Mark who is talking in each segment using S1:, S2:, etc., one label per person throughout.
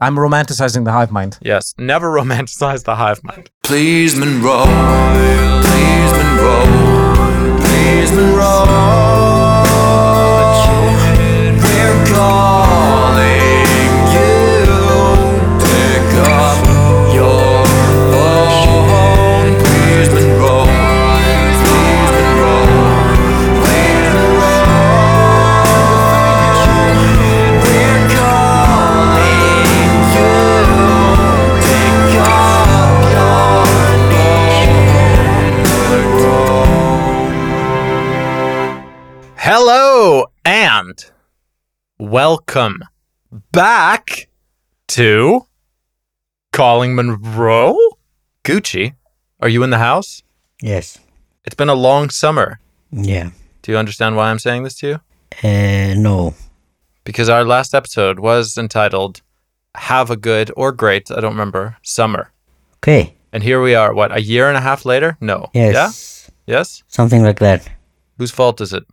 S1: I'm romanticizing the hive mind.
S2: Yes, never romanticize the hive mind.
S3: Please, Monroe. Please, Monroe. Please, Monroe. We're calling you. Pick up your phone. Please, Monroe. Please, Monroe. Please, Monroe. We're calling you. Pick up your
S2: Hello and welcome back to Calling Monroe. Gucci, are you in the house?
S4: Yes.
S2: It's been a long summer.
S4: Yeah.
S2: Do you understand why I'm saying this to you?
S4: Uh, no.
S2: Because our last episode was entitled Have a Good or Great, I don't remember, Summer.
S4: Okay.
S2: And here we are, what, a year and a half later? No.
S4: Yes.
S2: Yeah? Yes?
S4: Something like that.
S2: Whose fault is it?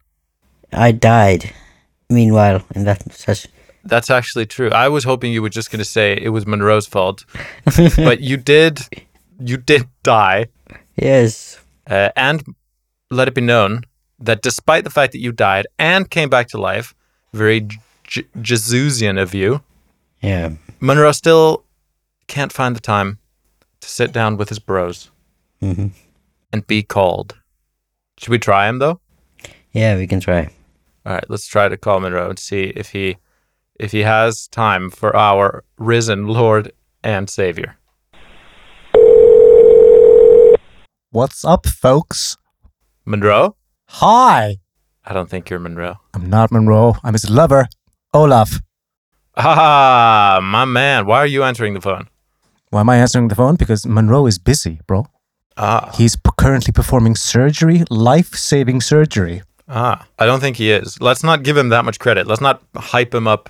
S4: I died. Meanwhile, in that session.
S2: That's actually true. I was hoping you were just going to say it was Monroe's fault, but you did, you did die.
S4: Yes.
S2: Uh, and let it be known that despite the fact that you died and came back to life, very J- J- Jesusian of you,
S4: Yeah.
S2: Monroe still can't find the time to sit down with his bros
S4: Mhm.
S2: and be called. Should we try him though?
S4: Yeah, we can try.
S2: All right, let's try to call Monroe and see if he if he has time for our risen Lord and Savior.
S1: What's up, folks?
S2: Monroe?
S1: Hi.
S2: I don't think you're Monroe.
S1: I'm not Monroe. I'm his lover, Olaf.
S2: Ah, my man, why are you answering the phone?
S1: Why am I answering the phone? Because Monroe is busy, bro.
S2: Ah,
S1: He's p- currently performing surgery, life saving surgery.
S2: ah. I don't think he is. Let's not give him that much credit. Let's not hype him up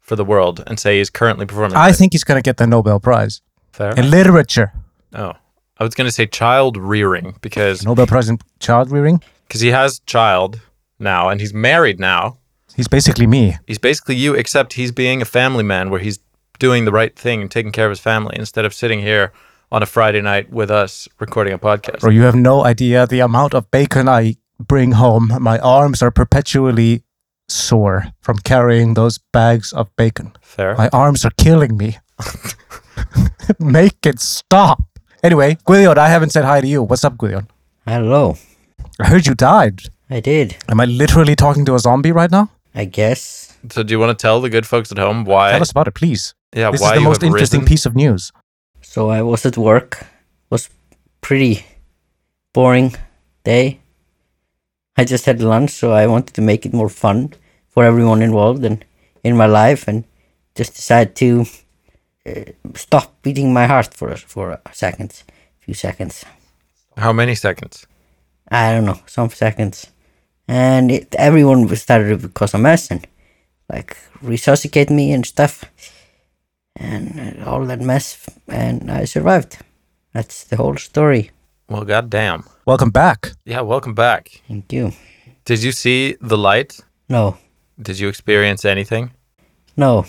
S2: for the world and say he's currently performing.
S1: I think he's going to get the Nobel Prize
S2: Fair.
S1: in literature.
S2: Oh, I was going to say child rearing because
S1: Nobel Prize in child rearing.
S2: because he has child now and he's married now.
S1: He's basically me.
S2: He's basically you, except he's being a family man where he's doing the right thing and taking care of his family instead of sitting here on a Friday night with us recording a podcast.
S1: Bro, you have no idea the amount of bacon I bring home. My arms are perpetually sore from carrying those bags of bacon.
S2: Fair.
S1: My arms are killing me. Make it stop. Anyway, Guillon, I haven't said hi to you. What's up, Guillon?
S4: Hello.
S1: I heard you died.
S4: I did.
S1: Am I literally talking to a zombie right now?
S4: I guess.
S2: So do you want to tell the good folks at home why?
S1: Tell us about it, please.
S2: yeah,
S1: this
S2: why
S1: is the
S2: you
S1: most
S2: have
S1: interesting
S2: risen?
S1: piece of news.
S4: So I was at work. Was pretty boring day. I just had lunch, so I wanted to make it more fun for everyone involved and in my life, and just decided to uh, stop beating my heart for for a second, few seconds.
S2: How many seconds?
S4: I don't know, some seconds. And it, everyone was started to cause a mess and like resuscitate me and stuff. And uh, all that mess. And I survived. That's the whole story.
S2: Well, goddamn.
S1: Welcome back.
S2: Yeah, welcome back.
S4: Thank you.
S2: Did you see the light?
S4: No,
S2: Did you experience anything?
S4: no.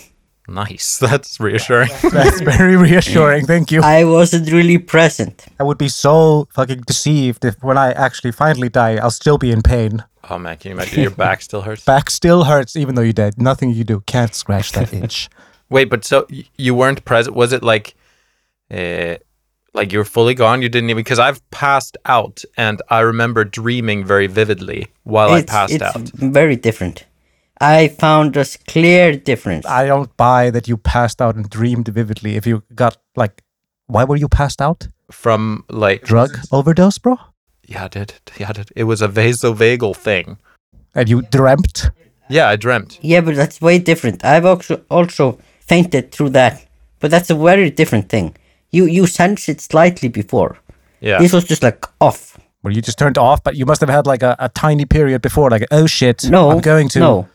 S2: Nice. That's reassuring.
S1: That's very reassuring. Thank you.
S4: I wasn't really present.
S1: I would be so fucking deceived if when I actually finally die, I'll still be in pain.
S2: oh man, can you imagine your back still hurts?
S1: Back still hurts, even though you're dead. Nothing you do can't scratch that itch.
S2: Wait, but so y- you weren't present? Was it like, uh, like you were fully gone? You didn't even because I've passed out, and I remember dreaming very vividly while I passed
S4: it's
S2: out.
S4: very different. I found a clear difference.
S1: I don't buy that you passed out and dreamed vividly. If you got like, why were you passed out?
S2: From like
S1: Drug overdose, bro?
S2: Yeah, I did. Yeah, I did. It was a vasovagal thing.
S1: And you dreamt?
S2: Yeah, I dreamt.
S4: yeah, but that's way different. I've also also fainted through that. But that's a very different thing. You you sense it slightly before.
S2: Yeah,
S4: This was just like off.
S1: Well, you just turned off, but you must have had like a, a tiny period before, like, oh shit,
S4: No,
S1: I'm going to.
S4: no,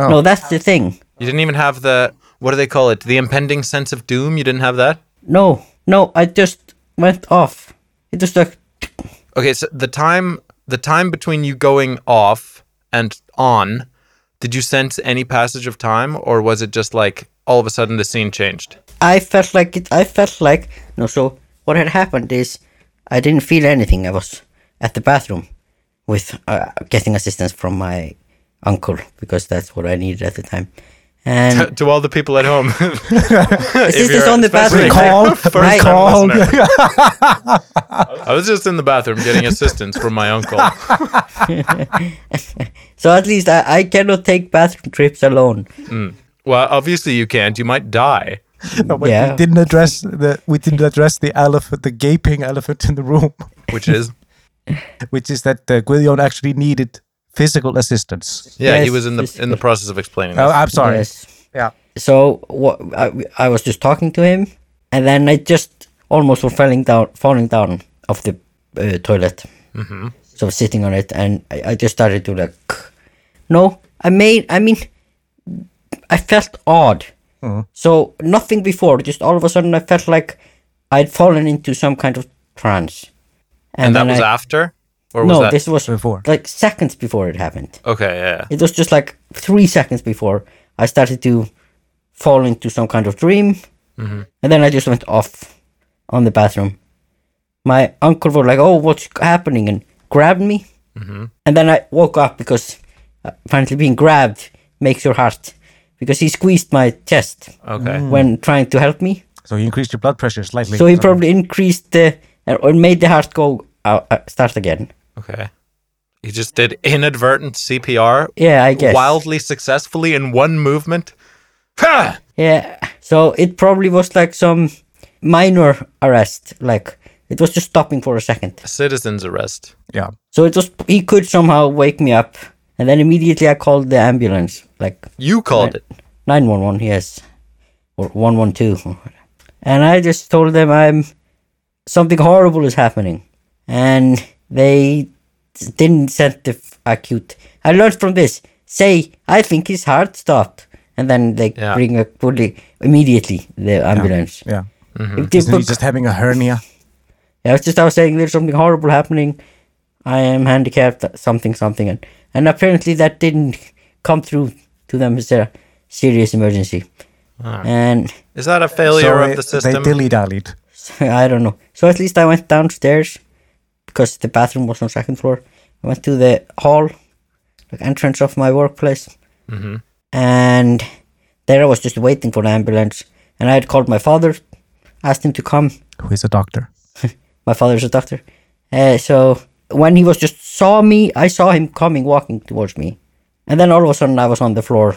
S1: Oh.
S4: no. That's the thing.
S2: you didn't even have the what do they call it? The impending sense of doom. You didn't have that.
S4: No, no. I just went off. It was like
S2: Okay, so the time the time between you going off and on, did you sense any passage of time, or was it just like all of a sudden the scene changed?
S4: I felt like it. I felt like no. So what had happened is, I didn't feel anything. I was at the bathroom, with uh, getting assistance from my uncle because that's what I needed at the time. And
S2: to all the people at home,
S4: assistance
S2: you're-
S4: on the
S2: especially-
S4: bathroom.
S1: Recall,
S2: Right.
S4: Oh,
S1: recall.
S2: I was just in the bathroom getting assistance from my uncle.
S4: So at least I, I cannot take bathroom trips alone.
S2: Well, obviously you can't. You might die.
S1: But
S4: Yeah.
S1: we didn't address the we didn't address the elephant, the gaping elephant in the room,
S2: Which is
S1: which is that uh, Guillon actually needed physical assistance.
S2: yeah, he
S4: Yes,
S2: was in the
S4: this-
S2: in the process of explaining.
S1: Oh,
S2: This.
S1: I'm sorry.
S4: Yes.
S1: Yeah.
S4: So what I, I was just talking to him, and then I just almost were falling down, falling down of the uh, toilet. Mm-hmm. So sitting on it, and I, I just started to like, no, I made. I mean, I felt odd.
S2: Mm-hmm.
S4: So nothing before, just all of a sudden, I felt like I'd fallen into some kind of trance.
S2: and that
S4: then
S2: was
S4: I,
S2: after, or was
S4: no,
S2: that
S4: this was
S1: Before.
S4: like seconds before it happened
S2: okay? Yeah,
S4: it was just like three seconds before I started to fall into some kind of dream,
S2: Mm-hmm.
S4: and then I just went off on the bathroom. My uncle was like, "Oh, what's happening?" and grabbed me,
S2: Mm-hmm.
S4: and then I woke up because uh, apparently being grabbed makes your heart because he squeezed my chest
S2: Okay.
S4: when trying to help me.
S1: So you increased your blood pressure slightly.
S4: So he probably increased the or made the heart go uh, uh, start again.
S2: okay. He just did inadvertent CPR
S4: Yeah, I guess.
S2: wildly successfully in one movement. Ha!
S4: Yeah. So it probably was like some minor arrest. Like it was just stopping for a second.
S2: Citizen's arrest.
S1: yeah.
S4: So it was he could somehow wake me up. And then immediately I called the ambulance. Like
S2: You called it.
S4: nine one one, yes. Or one one two. And I just told them I'm something horrible is happening. And they didn't send the f- acute. I learned from this. Say, I think his heart stopped. And then they
S2: Yeah.
S4: bring a fully immediately the ambulance.
S1: Yeah.
S4: It did
S1: Isn't he
S4: look-
S1: just having a hernia?
S4: yeah, it's just I was saying there's something horrible happening. I am handicapped, something, something, and and apparently that didn't come through to them as a serious emergency, and
S2: Is that a failure
S1: So
S2: of the
S1: they-
S2: system?
S1: They dilly dallied.
S4: I don't know. So at least I went downstairs because the bathroom was on second floor. I went to the hall, like entrance of my workplace, and there I was just waiting for the ambulance. And I had called my father, asked him to come.
S1: Who is a doctor?
S4: my father's a doctor. Uh, so when he was just saw me, I saw him coming, walking towards me, and then all of a sudden I was on the floor,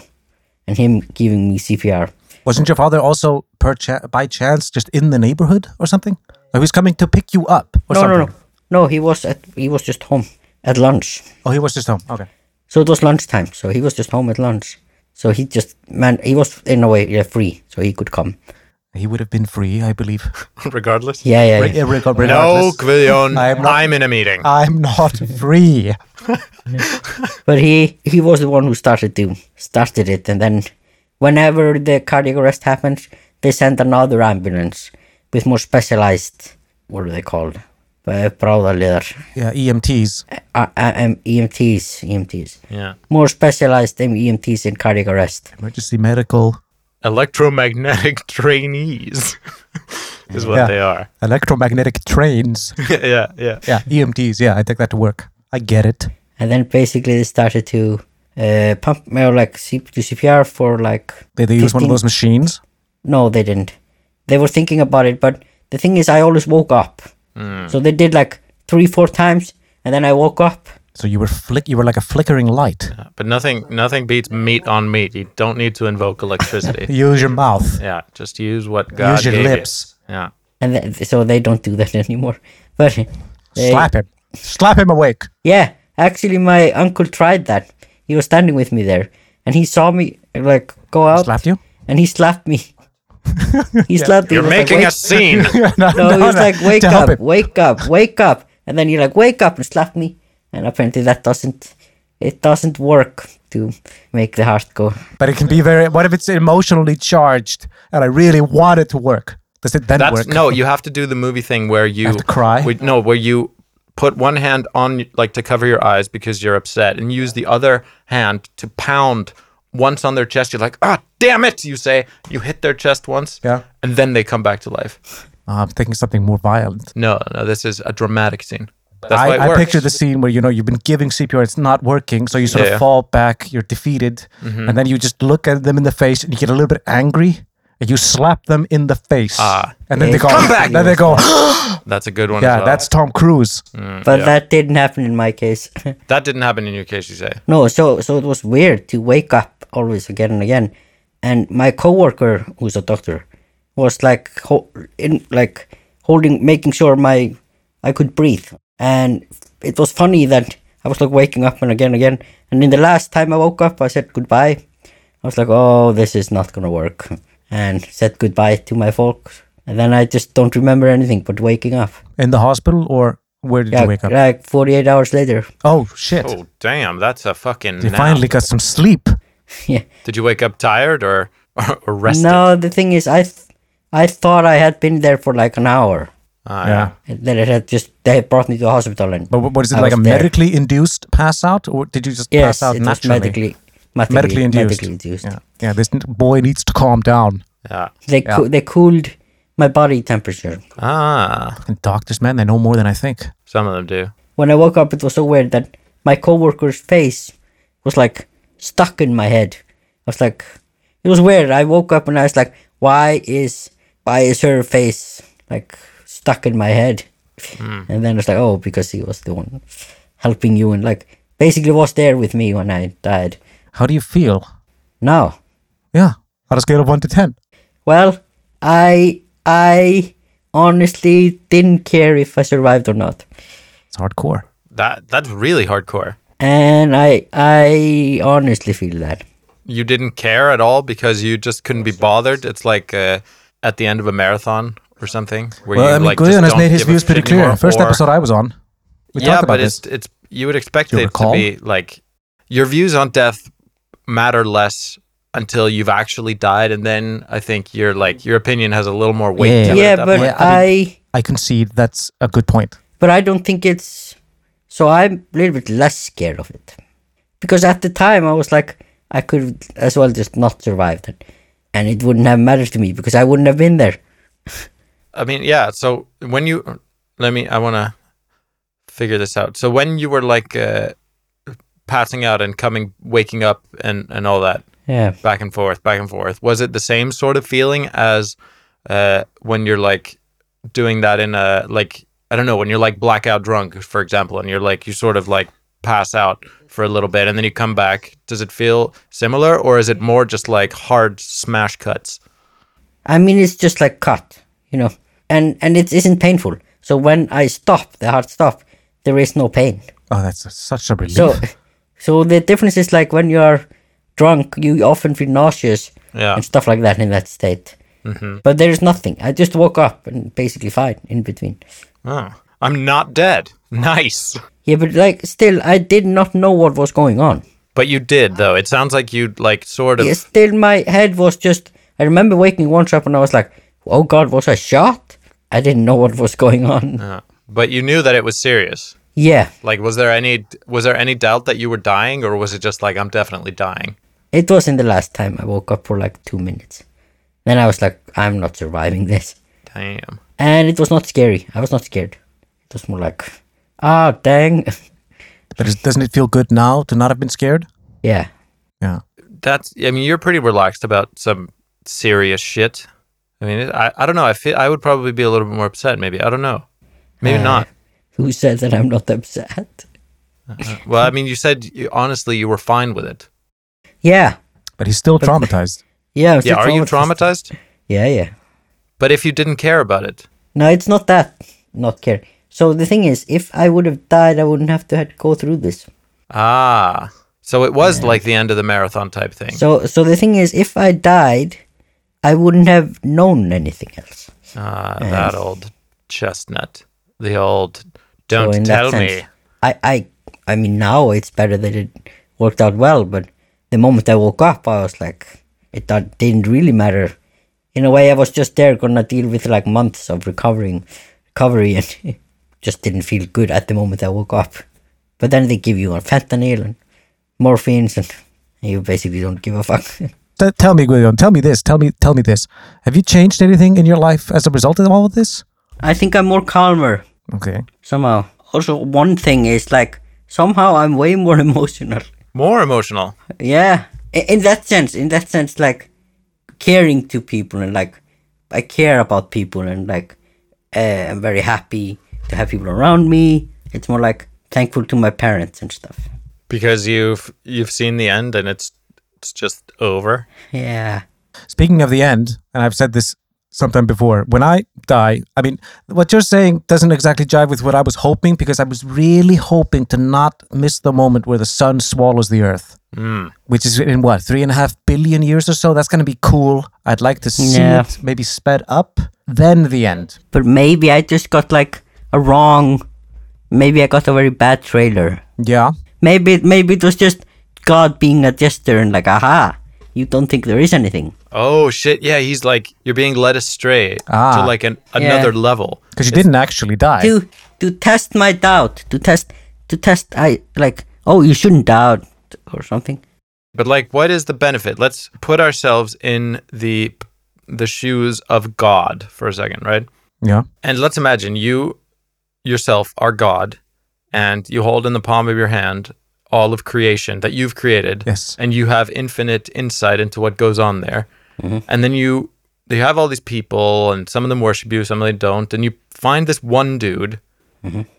S4: and him giving me CPR.
S1: Wasn't your father also per cha- by chance just in the neighborhood or something? Or he was coming to pick you up or
S4: No,
S1: something?
S4: no, no, no. He was at he was just home at lunch.
S1: Oh, he was just home. Okay.
S4: So it was lunchtime. So he was just home at lunch. So he just man, he was in a way yeah, free, so he could come.
S1: He would have been free, I believe.
S2: Regardless.
S4: Yeah, yeah.
S1: Re-
S4: yeah.
S1: reg-
S2: No,
S1: regardless.
S2: Quillion.
S1: I am
S2: I'm,
S1: not- Ah.
S2: in a meeting.
S1: I'm not free.
S4: But he he was the one who started to started it, and then whenever the cardiac arrest happens, they send another ambulance with more specialized what are they called? Uh, bráðaliðar.
S1: Yeah, E EMTs.
S4: Uh, uh, um, EMTs, EMTs.
S2: yeah.
S4: More specialized um, than EMTs in cardiac arrest.
S1: Emergency medical,
S2: Electromagnetic trainees is what
S1: Yeah.
S2: they are.
S1: electromagnetic trains.
S2: yeah, yeah.
S1: yeah, EMTs. Yeah, I take that to work. I get it.
S4: And then basically they started to uh, pump me or like C- do CPR for like
S1: Did they use one of
S4: 15
S1: those machines?
S4: No, they didn't. They were thinking about it, but the thing is, I always woke up. So they did like three, four times, and then I woke up.
S1: So you were flick. You were like a flickering light.
S2: But nothing nothing beats meat on meat. You don't need to invoke electricity.
S1: Use your mouth.
S2: yeah, just use what God
S1: Use your
S2: gave you.
S1: lips.
S2: Yeah.
S4: And th- so they don't do that anymore. But they-
S1: Slap him. Slap him awake.
S4: Yeah, actually, my uncle tried that. He was standing with me there, and he saw me like go out.
S1: Slapped you?
S4: And he slapped me. he slapped me.
S2: You're
S4: He was like,
S2: making
S4: "Wake
S2: a scene.
S4: No, he was
S1: no,
S4: like, wake
S1: to help
S4: up,
S1: him."
S4: wake up, wake up. And then you're like, wake up and slap me. And apparently that doesn't, it doesn't work to make the heart go.
S1: But it can be very. What if it's emotionally charged and I really want it to work? Does it then
S2: That's
S1: work?
S2: no. You have to do the movie thing where you
S1: have to cry?
S2: where- no, where you put one hand on like to cover your eyes because you're upset, and use the other hand to pound once on their chest, you're like, ah, damn it, you say. You hit their chest once,
S1: Yeah.
S2: and then they come back to life.
S1: Ah, I'm thinking something more violent.
S2: No, no, this is a dramatic scene. That's why
S1: I,
S2: it
S1: I
S2: works.
S1: picture the scene where you know you've been giving CPR, it's not working, so you sort
S2: Yeah. Mm-hmm.
S1: of fall back, you're defeated, and then you just look at them in the face and you get a little bit angry, and you slap them in the face,
S2: Ah.
S1: and then they go,
S2: Come back!
S1: then they go,
S2: That's a good one. as
S1: yeah,
S2: well.
S1: that's Tom Cruise.
S2: Mm.
S4: But that didn't happen in my case.
S2: that didn't happen in your case. You say
S4: no, so so it was weird to wake up always again and again. And my coworker, who's a doctor, was like ho- in like holding, making sure my I could breathe. And it was funny that I was like waking up and again, again. And in the last time I woke up, I said goodbye. I was like, oh, this is not gonna work, and said goodbye to my folks. And then I just don't remember anything but waking up.
S1: in the hospital, or where did
S4: Yeah,
S1: you wake up?
S4: like 48 hours later.
S1: Oh shit!
S2: oh damn, that's a fucking.
S1: you
S2: nap.
S1: finally got some sleep.
S4: yeah.
S2: Did you wake up tired or or, or rested?
S4: No, the thing is, I, th- I thought I had been there for like an hour.
S2: Ah,
S1: yeah.
S4: And then it had just they had brought me to the hospital and
S1: But wh- what is it
S4: I
S1: like a
S4: was there.
S1: medically induced pass out, or did you just
S4: yes,
S1: pass out
S4: it was
S1: naturally?
S4: medically, medically
S1: medically induced.
S4: medically induced.
S1: Yeah. yeah, this n- boy needs to calm down.
S2: yeah.
S4: They
S1: Yeah.
S4: coo- they cooled my body temperature.
S2: Ah,
S1: Fucking doctors, man, they know more than I think.
S2: some of them do.
S4: When I woke up, it was so weird that my coworker's face was like stuck in my head. I was like, it was weird. I woke up and I was like, why is why is her face like stuck in my head? And then it's like, oh, because he was the one helping you and like basically was there with me when I died.
S1: How do you feel?
S4: Now,
S1: Yeah, on a scale of one to ten.
S4: well, I I honestly didn't care if I survived or not.
S1: It's hardcore.
S2: That that's really hardcore.
S4: And I I honestly feel that.
S2: You didn't care at all because you just couldn't be bothered. It's like uh, at the end of a marathon or something where
S1: Well,
S2: you
S1: I mean,
S2: like just
S1: Guillen has
S2: don't
S1: made his
S2: give a
S1: views pretty
S2: shit
S1: clear.
S2: anymore,
S1: First
S2: or-
S1: episode I was on, we
S2: yeah,
S1: talked about
S2: but
S1: this.
S2: it's it's you would expect
S1: Do you
S2: it to
S1: recall?
S2: be like your views on death matter less until you've actually died, and then I think your like your opinion has a little more weight.
S1: Yeah,
S2: to
S1: but
S2: it
S4: yeah,
S2: at that
S4: but
S2: point.
S1: I
S4: I,
S1: I concede that's a good point.
S4: but I don't think it's so I'm a little bit less scared of it because at the time I was like I could as well just not survive that and it wouldn't have mattered to me because I wouldn't have been there.
S2: I mean, yeah. So when you let me, I want to figure this out. So when you were like uh, passing out and coming, waking up, and and all that
S4: Yeah.
S2: back and forth, back and forth, was it the same sort of feeling as uh, when you're like doing that in a like I don't know when you're like blackout drunk, for example, and you're like you sort of like pass out for a little bit and then you come back. Does it feel similar, or is it more just like hard smash cuts?
S4: I mean it's just like cut, you know. And and it isn't painful. So when I stop, the heart stop, there is no pain.
S1: Oh, that's such a relief.
S4: So so the difference is like when you are drunk, you often feel nauseous
S2: Yeah.
S4: and stuff like that in that state. But there is nothing. I just woke up and basically fine in between.
S2: Oh, I'm not dead. Nice.
S4: Yeah, but like still, I did not know what was going on.
S2: But you did though. It sounds like you like sort of
S4: Yeah, still, my head was just. I remember waking once up and I was like, "Oh God, was I shot?" I didn't know what was going on.
S2: Uh, but you knew that it was serious.
S4: Yeah,
S2: Like was there any was there any doubt that you were dying or was it just like I'm definitely dying?
S4: it was in the last time I woke up for like two minutes. Then I was like, "I'm not surviving this,"
S2: Damn.
S4: and it was not scary. I was not scared. It was more like, "Ah, dang."
S1: but is, doesn't it feel good now to not have been scared?
S4: yeah,
S1: Yeah.
S2: That's I mean you're pretty relaxed about some serious shit. I mean, it- I, I don't know. I feel I would probably be a little bit more upset maybe. I don't know. Maybe
S4: Uh.
S2: not.
S4: who said that I'm not upset?
S2: Well, I mean, you said you, honestly you were fine with it.
S4: Yeah,
S1: But he's still traumatized.
S4: yeah. I'm
S2: Yeah,
S4: still
S2: are you traumatized?
S4: Yeah, yeah.
S2: But if you didn't care about it.
S4: No, it's not that. Not care. So the thing is, if I would have died, I wouldn't have to had go through this.
S2: Ah. So it was like the end of the marathon type thing.
S4: So, so the thing is, if I died, I wouldn't have known anything else.
S2: Ah, that old chestnut. The old don't
S4: so in
S2: tell
S4: that sense,
S2: me.
S4: I, I, I mean, now it's better that it worked out well. But the moment I woke up, I was like, it that didn't really matter. In a way, I was just there, gonna deal with like months of recovering, recovery, and just didn't feel good at the moment I woke up. But then they give you a fentanyl and morphines and You basically don't give a fuck.
S1: T- tell me, Guillaume. Tell me this. Tell me. Tell me this. Have you changed anything in your life as a result of all of this?
S4: I think I'm more calmer
S1: Okay.
S4: somehow. Also, one thing is like somehow I'm way more emotional.
S2: More emotional.
S4: Yeah, I- in that sense, in that sense, like caring to people and like I care about people and like uh, I'm very happy to have people around me. It's more like thankful to my parents and stuff.
S2: because you've you've seen the end and it's it's just over.
S4: Yeah,
S1: Speaking of the end, and I've said this sometime before, when I die, I mean, what you're saying doesn't exactly jive with what I was hoping because I was really hoping to not miss the moment where the sun swallows the earth, which is in what, three and a half billion years or so? That's going to be cool. I'd like to see
S4: Yeah.
S1: it maybe sped up, then the end.
S4: but maybe I just got like a wrong. Maybe I got a very bad trailer.
S1: Yeah.
S4: Maybe maybe it was just God being a jester and like, aha, you don't think there is anything.
S2: Oh shit! Yeah, he's like you're being led astray
S1: Ah.
S2: to like an another level.
S1: Because you didn't actually die.
S4: to to test my doubt to test to test i like oh you shouldn't doubt or something
S2: But like, what is the benefit? Let's put ourselves in the the shoes of God for a second, right?
S1: Yeah.
S2: And let's imagine you yourself are God, and you hold in the palm of your hand all of creation that you've created.
S1: Yes.
S2: And you have infinite insight into what goes on there.
S1: Mm-hmm.
S2: And then you you have all these people, and some of them worship you, some of them don't. And you find this one dude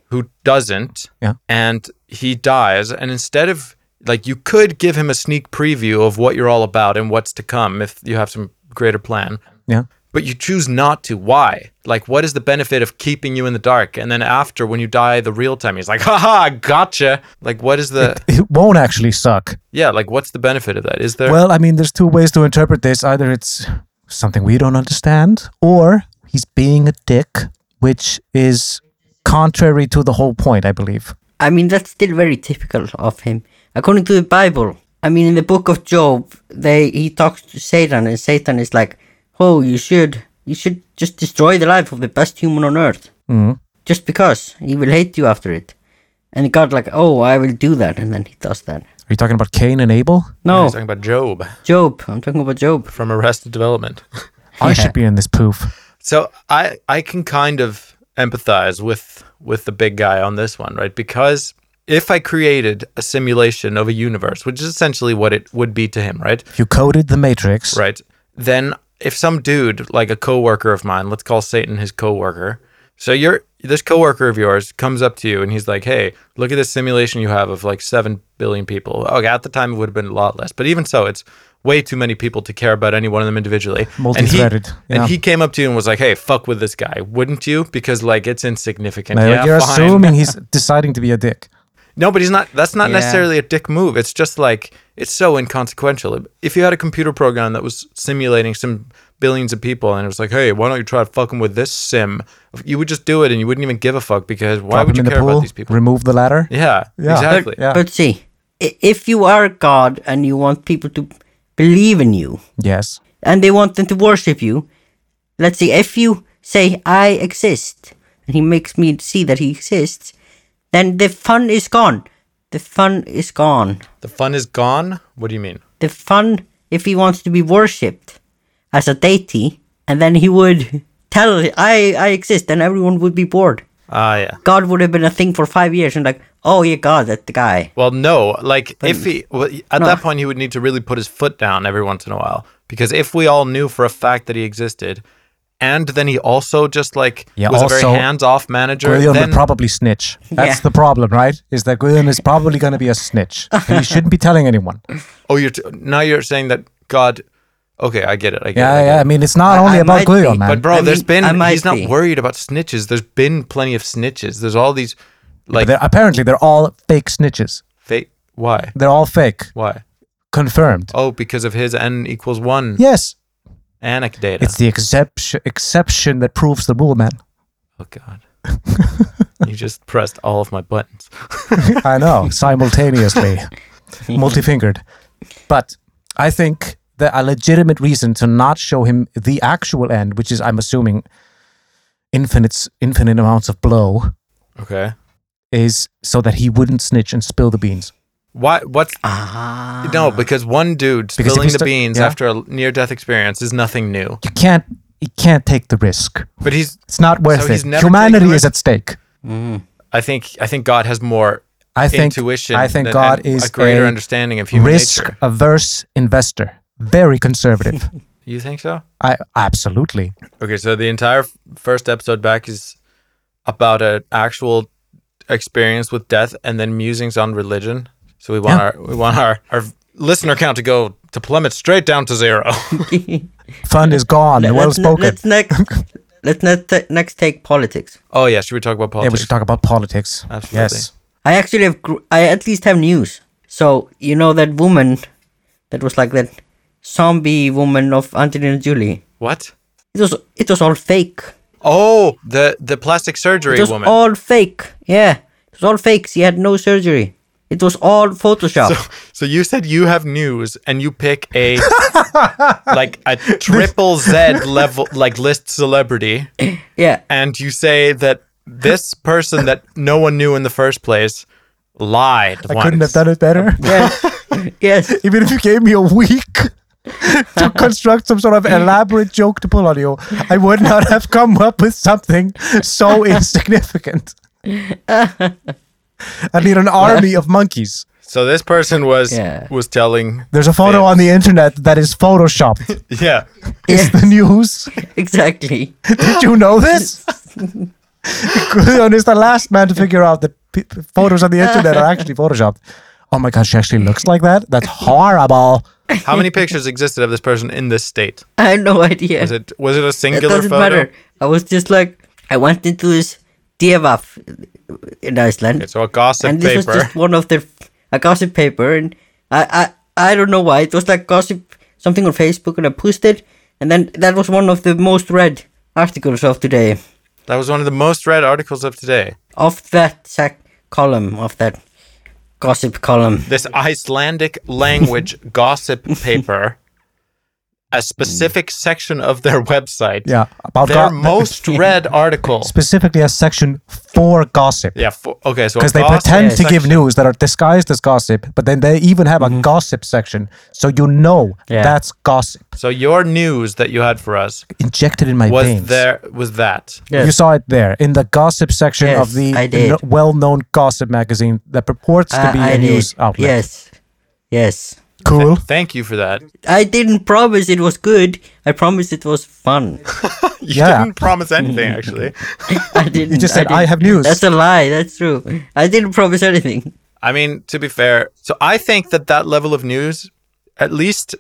S2: who doesn't,
S1: Mm-hmm. Yeah.
S2: and he dies. And instead of like, you could give him a sneak preview of what you're all about and what's to come if you have some greater plan
S1: Yeah.
S2: but you choose not to. Why? Like, what is the benefit of keeping you in the dark? And then after, when you die, the real time, he's like, haha, gotcha. Like, what is the,
S1: It won't actually suck.
S2: yeah, like, what's the benefit of that? Is there,
S1: Well, I mean, there's two ways to interpret this. Either it's something we don't understand, or he's being a dick, which is contrary to the whole point, I believe.
S4: i mean that's still very typical of him according to the bible i mean in the book of job they he talks to satan and satan is like oh you should you should just destroy the life of the best human on earth
S2: Mm-hmm.
S1: Mhm.
S4: just because he will hate you after it and god like oh i will do that and then he does that
S1: Are you talking about Cain and Abel?
S4: no
S2: he's talking about Job
S4: job i'm talking about job
S2: from Arrested Development.
S1: I
S4: Yeah.
S1: should be in this poof.
S2: So I I can kind of empathize with with the big guy on this one, right? Because if I created a simulation of a universe, which is essentially what it would be to him, right?
S1: You coded the matrix.
S2: Right. Then if some dude, like a coworker of mine, let's call Satan his coworker. So you're this coworker of yours comes up to you and he's like, "Hey, look at this simulation you have of like seven billion people." Okay, at the time it would have been a lot less, but even so, it's way too many people to care about any one of them individually.
S1: Multi-threaded,
S2: And he, and
S1: yeah.
S2: he came up to you and was like, "Hey, fuck with this guy, wouldn't you? Because like it's insignificant."
S1: Now,
S2: yeah,
S1: uh, you're
S2: fine.
S1: assuming he's deciding to be a dick.
S2: No, but he's not. That's not
S4: Yeah.
S2: necessarily a dick move. It's just like it's so inconsequential. If you had a computer program that was simulating some billions of people, and it was like, hey, why don't you try fucking with this sim? You would just do it, and you wouldn't even give a fuck because why
S1: Drop
S2: would
S1: him in
S2: you care
S1: the pool,
S2: about these people?
S1: remove the ladder.
S2: Yeah,
S1: Yeah.
S2: exactly.
S1: Yeah.
S4: But see, i- if you are God and you want people to believe in you
S1: Yes.
S4: and they want them to worship you, let's see, if you say, I exist, and he makes me see that he exists, then the fun is gone. The fun is gone.
S2: The fun is gone. What do you mean?
S4: The fun, if he wants to be worshipped as a deity, and then he would tell, I, I exist, and everyone would be bored.
S2: Ah, yeah.
S4: God would have been a thing for five years and, like, oh, yeah, God, that guy.
S2: Well, no. Like if he well, at
S4: No.
S2: that point he would need to really put his foot down every once in a while because if we all knew for a fact that he existed. And then he also just like
S1: Yeah,
S2: was a
S1: also,
S2: very hands-off manager.
S1: Guillaume
S2: then,
S1: would probably snitch. That's
S4: Yeah.
S1: the problem, right? Is that Guillaume is probably going to be a snitch. and he shouldn't be telling anyone.
S2: Oh, you're t- now you're saying that God. Okay, I get it. I get it. I
S1: Yeah,
S2: get
S1: yeah. I
S2: it.
S1: mean, it's not
S4: I-
S1: only
S4: I
S1: about
S4: might be,
S1: Guillaume, man.
S2: But bro,
S4: I
S2: there's
S4: mean,
S2: been.
S4: I might
S2: He's not
S4: be.
S2: worried about snitches. There's been plenty of snitches. There's all these, like
S1: They're- apparently, they're all fake snitches.
S2: fake. Why?
S1: They're all fake.
S2: Why?
S1: Confirmed.
S2: Oh, because of his n equals one
S1: Yes.
S2: anecdata.
S1: It's the exception exception that proves the rule, man.
S2: oh God. you just pressed all of my buttons.
S1: I know, simultaneously, multi-fingered. But I think that a legitimate reason to not show him the actual end, which is, I'm assuming, infinite infinite amounts of blow,
S2: Okay.
S1: is so that he wouldn't snitch and spill the beans.
S2: Why? What's
S4: Ah.
S2: no? Because one dude
S1: if
S2: spilling
S1: you sta-
S2: the beans
S1: yeah.
S2: after a near-death experience is nothing new.
S1: You can't. You can't take the risk.
S2: But he's.
S1: It's not worth
S2: he's
S1: it.
S2: never
S1: Humanity
S2: taken
S1: is
S2: it?
S1: at stake.
S2: I think. I think God has more
S1: I think
S2: intuition.
S1: I think
S2: than-
S1: God
S2: and
S1: is
S2: a greater
S1: a
S2: understanding of human
S1: risk
S2: nature.
S1: averse investor. Very conservative.
S2: You think so?
S1: I absolutely.
S2: Okay, so the entire f- first episode back is about an actual experience with death, and then musings on religion. So we want
S1: Yeah.
S2: our we want our, our listener count to go to plummet straight down to zero.
S1: Fun is gone.
S4: Let-
S1: well
S4: let's,
S1: spoken.
S4: Let's next. let's ne- ta- next take politics.
S2: oh yeah, should we talk about
S1: yeah, we
S2: politics?
S1: should talk about politics.
S2: Absolutely.
S1: Yes.
S4: I actually have. Gr- I at least have news. So you know that woman, that was like that zombie woman of Angelina Jolie.
S2: what?
S4: It was. It was all fake.
S2: Oh, the the plastic surgery
S4: It was
S2: woman.
S4: all fake. Yeah, it was all fake. She had no surgery. It was all Photoshop.
S2: so you said you have news, and you pick a like a triple Z level like list celebrity.
S4: yeah,
S2: and you say that this person that no one knew in the first place lied.
S1: I couldn't have done it better.
S4: yeah, yes.
S1: Even if you gave me a week to construct some sort of elaborate joke to pull on you, I would not have come up with something so insignificant. I need an army of monkeys.
S2: So this person was
S4: Yeah.
S2: was telling.
S1: There's a photo on the internet that is photoshopped.
S2: Yeah,
S1: It's the news.
S4: Exactly.
S1: Did you know this? Guðjón is the last man to figure out that p- photos on the internet are actually photoshopped. Oh my god, she actually looks like that? That's horrible.
S2: how many pictures existed of this person in this state?
S4: I had no idea.
S2: Was it was it a
S4: It
S2: singular
S4: doesn't
S2: photo?
S4: matter. I was just like, I went into this Dievaf in Iceland,
S2: Okay, so a gossip
S4: and this
S2: paper.
S4: was just one of the a gossip paper, and I, I I don't know why it was like gossip something on Facebook, and I posted, and then that was one of the most read articles of today
S2: That was one of the most read articles of today.
S4: of that sec- column of that gossip column.
S2: This Icelandic language gossip paper, a specific section of their website.
S1: Yeah, about
S2: Their
S1: go-
S2: most read article.
S1: specifically a section for gossip.
S2: Yeah. fo- okay. So a
S1: Because they
S2: gossip
S1: pretend to give
S2: section. Mm-hmm.
S1: news that are disguised as gossip, but then they even have a gossip section. So you know
S4: Yeah.
S1: that's gossip
S2: So your news that you had for us
S1: injected in my
S2: was
S1: veins.
S2: there was that.
S1: You saw it there in the gossip section of
S4: Yes,
S1: the
S4: I did.
S1: no- well-known gossip magazine that purports to
S4: I-
S1: be
S4: I
S1: a
S4: did.
S1: news outlet.
S4: Yes, yes.
S1: Cool.
S2: Thank you for that.
S4: I didn't promise it was good. I promised it was fun.
S2: You
S1: Yeah.
S2: didn't promise anything actually.
S4: I didn't.
S1: You just said,
S4: didn't-
S1: "I have news."
S4: That's a lie. That's true. I didn't promise anything.
S2: I mean, to be fair, so I think that that level of news, at least,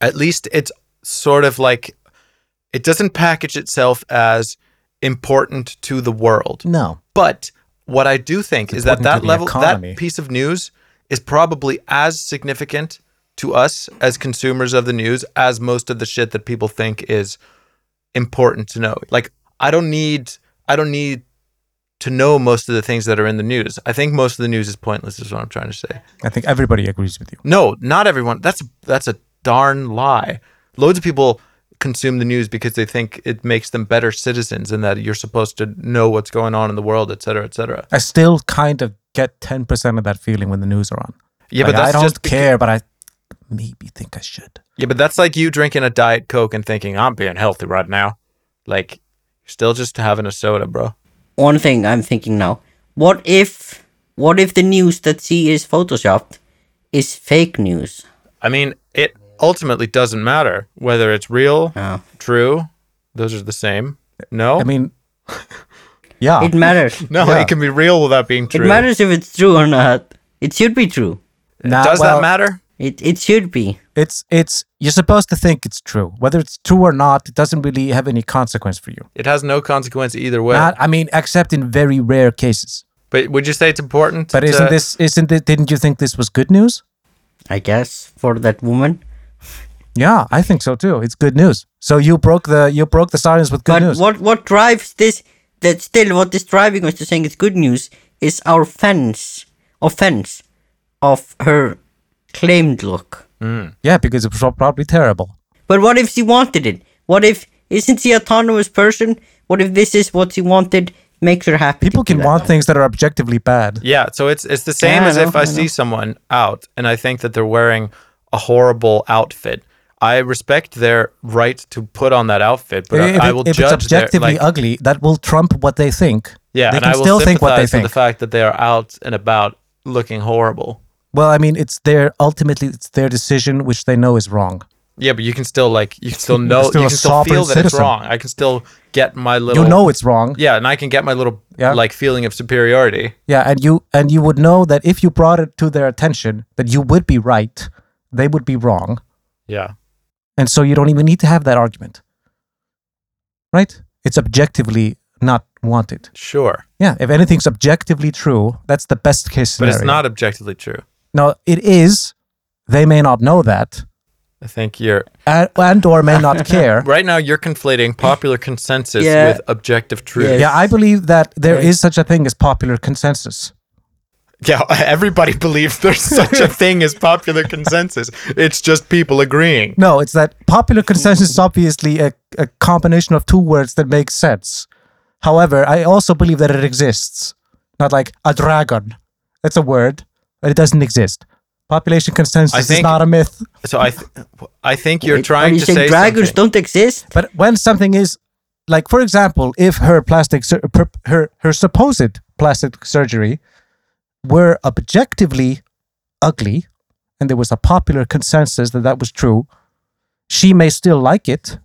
S2: at least it's sort of like, it doesn't package itself as important to the world.
S1: No.
S2: But what I do think is that
S1: important to
S2: that
S1: the
S2: level,
S1: economy.
S2: that piece of news is probably as significant to us as consumers of the news as most of the shit that people think is important to know. Like I don't need I don't need to know most of the things that are in the news. I think most of the news is pointless is what I'm trying to say.
S1: I think everybody agrees with you.
S2: No, not everyone. That's that's a darn lie. Loads of people consume the news because they think it makes them better citizens and that you're supposed to know what's going on in the world, et cetera, et cetera.
S1: I still kind of get 10% of that feeling when the news are on.
S2: Yeah,
S1: Like,
S2: but that's
S1: I don't
S2: just beca-
S1: care, but I maybe think I should.
S2: yeah, but that's like you drinking a diet coke and thinking I'm being healthy right now. Like you're still just having a soda, bro.
S4: One thing I'm thinking now: what if, what if the news that she is photoshopped is fake news?
S2: I mean, it ultimately doesn't matter whether it's real,
S4: No.
S2: true. Those are the same. No,
S1: I mean, yeah.
S4: It matters.
S2: no,
S1: yeah.
S2: it can be real without being
S4: It
S2: true.
S4: matters if it's true or not. It should be true.
S1: Nah,
S2: Does
S1: well,
S2: that matter?
S4: It it should be.
S1: It's it's you're supposed to think it's true. Whether it's true or not, it doesn't really have any consequence for you.
S2: It has no consequence either way.
S1: Not, I mean, except in very rare cases.
S2: But would you say it's uh, important?
S1: But
S2: to-
S1: isn't this isn't it? Didn't you think this was good news?
S4: I guess for that woman.
S1: Yeah, I think so too. It's good news. So you broke the you broke the silence with good
S4: but
S1: news.
S4: what what drives this? That still what is driving us to saying it's good news is our fans offense of her claimed look.
S1: Yeah, because it was probably terrible.
S4: But what if she wanted it? What if isn't she autonomous person? What if this is what she wanted makes her happy. to
S1: People
S4: do
S1: can
S4: that.
S1: want things that are objectively bad.
S2: Yeah, so it's it's the same
S4: Yeah, I
S2: as
S4: know,
S2: if I,
S4: I
S2: see someone out and I think that they're wearing a horrible outfit. I respect their right to put on that outfit, but
S1: if
S2: I, I
S1: it-
S2: will
S1: if
S2: judge
S1: it's objectively
S2: their, like,
S1: ugly, that will trump what they think.
S2: yeah,
S1: they
S2: and
S1: can
S2: I will
S1: still think what they
S2: sympathize with
S1: think.
S2: the fact that they are out and about looking horrible.
S1: Well, I mean, it's their ultimately it's their decision, which they know is wrong.
S2: Yeah, but you can still like you can still
S1: You're
S2: know
S1: still
S2: you
S1: a
S2: can still
S1: sovereign
S2: feel that it's
S1: citizen.
S2: wrong. I can still get my little
S1: you know it's wrong.
S2: yeah, and I can get my little
S1: Yeah.
S2: like feeling of superiority.
S1: Yeah, and you and you would know that if you brought it to their attention, that you would be right, they would be wrong,
S2: Yeah.
S1: and so you don't even need to have that argument. Right? It's objectively not wanted.
S2: Sure.
S1: Yeah, if anything's objectively true, that's the best case
S2: But
S1: scenario.
S2: it's not objectively true.
S1: No, it is. They may not know that,
S2: I think you're
S1: and, and or may not care.
S2: right now you're conflating popular consensus
S4: Yeah.
S2: with objective truth.
S4: Yes.
S1: Yeah, I believe that there
S4: Right.
S1: is such a thing as popular consensus.
S2: Yeah, everybody believes there's such a thing as popular consensus. It's just people agreeing.
S1: No, it's that
S2: Mm.
S1: popular consensus is obviously a, a combination of two words that make sense. However, I also believe that it exists. Not like a dragon. That's a word, but it doesn't exist. Population consensus is
S2: think-
S1: not a myth.
S2: So I, th- I think you're
S4: Wait,
S2: trying
S4: are you
S2: to
S4: saying
S2: say
S4: dragons
S2: something.
S4: don't exist?
S1: But when something is like, for example, if her plastic sur- per- her her supposed plastic surgery were objectively ugly, and there was a popular consensus that that was true, she may still like it.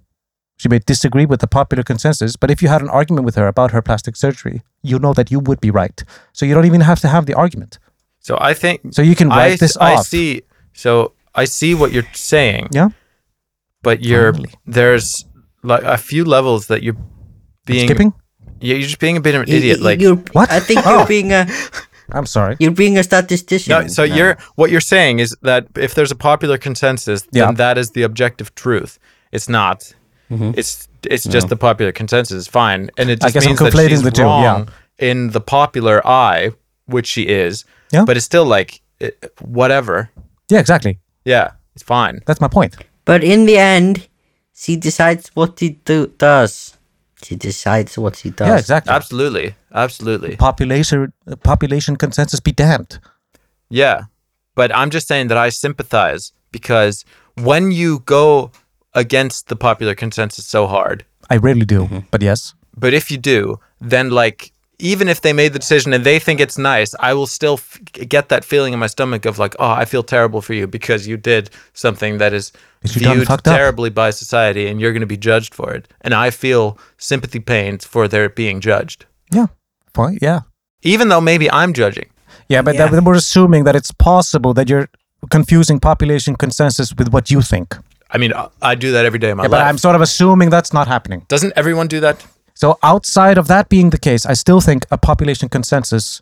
S1: She may disagree with the popular consensus, but if you had an argument with her about her plastic surgery, you know that you would be right. So you don't even have to have the argument.
S2: So I think
S1: So you can
S2: I,
S1: write this
S2: I
S1: off.
S2: see. So I see what you're saying,
S1: Yeah,
S2: but you're
S1: Finally.
S2: there's like a few levels that you're being
S1: skipping.
S2: Yeah, you're just being a bit of an
S4: You-
S2: idiot.
S4: you-
S2: Like
S4: you're,
S1: What?
S4: I think
S1: Oh.
S4: you're being a
S1: I'm sorry.
S4: you're being a statistician.
S2: no, so you're what you're saying is that if there's a popular consensus,
S1: Yeah. Mm-hmm.
S2: then that is the objective truth. It's not. It's it's just the popular consensus. Fine, and it
S1: I
S2: just
S1: guess I'm
S2: means that
S1: conflating
S2: she's
S1: the two, yeah.
S2: wrong in the popular eye, which she is.
S1: Yeah.
S2: but it's still like it, whatever.
S1: Yeah, exactly.
S2: Yeah, it's fine.
S1: That's my point.
S4: But in the end, she decides what she do does. She decides what she does.
S1: Yeah, exactly.
S2: Absolutely, absolutely.
S1: population population consensus be damned.
S2: Yeah. But I'm just saying that I sympathize because when you go against the popular consensus so hard,
S1: I rarely do,
S2: Mm-hmm.
S1: but yes.
S2: but if you do, then like even if they made the decision and they think it's nice, I will still f- get that feeling in my stomach of like, oh, I feel terrible for you because you did something that is
S1: Because you done
S2: viewed
S1: fucked up.
S2: terribly by society and you're going to be judged for it. And I feel sympathy pains for their being judged,
S1: Yeah. Fine. Yeah.
S2: even though maybe I'm judging.
S1: Yeah, but
S4: Yeah.
S1: That, we're assuming that it's possible that you're confusing population consensus with what you think.
S2: I mean, I, I do that every day in my
S1: Yeah,
S2: life.
S1: but I'm sort of assuming that's not happening.
S2: Doesn't everyone do that?
S1: So outside of that being the case, I still think a population consensus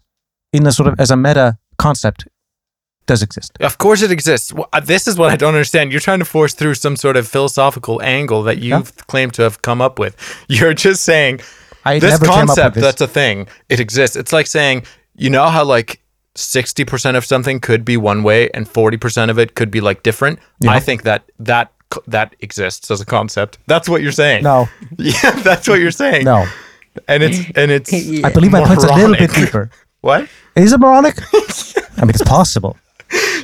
S1: in a sort of as a meta concept does exist.
S2: Of course it exists. Wh- uh, This is what I don't understand. You're trying to force through some sort of philosophical angle that you
S1: Yeah.
S2: have claim to have come up with. You're just saying
S1: I
S2: this
S1: never came up with
S2: concept
S1: this.
S2: that's a thing. It exists. It's like saying, you know how like 60% of something could be one way and 40% of it could be like different? I think that that c- that exists as a concept. That's what you're saying.
S1: No.
S2: Yeah, that's what you're saying.
S1: No.
S2: And it's and it's
S1: I believe my point's a little bit
S2: Moronic.
S1: deeper.
S2: what?
S1: Is it moronic? I mean, it's possible.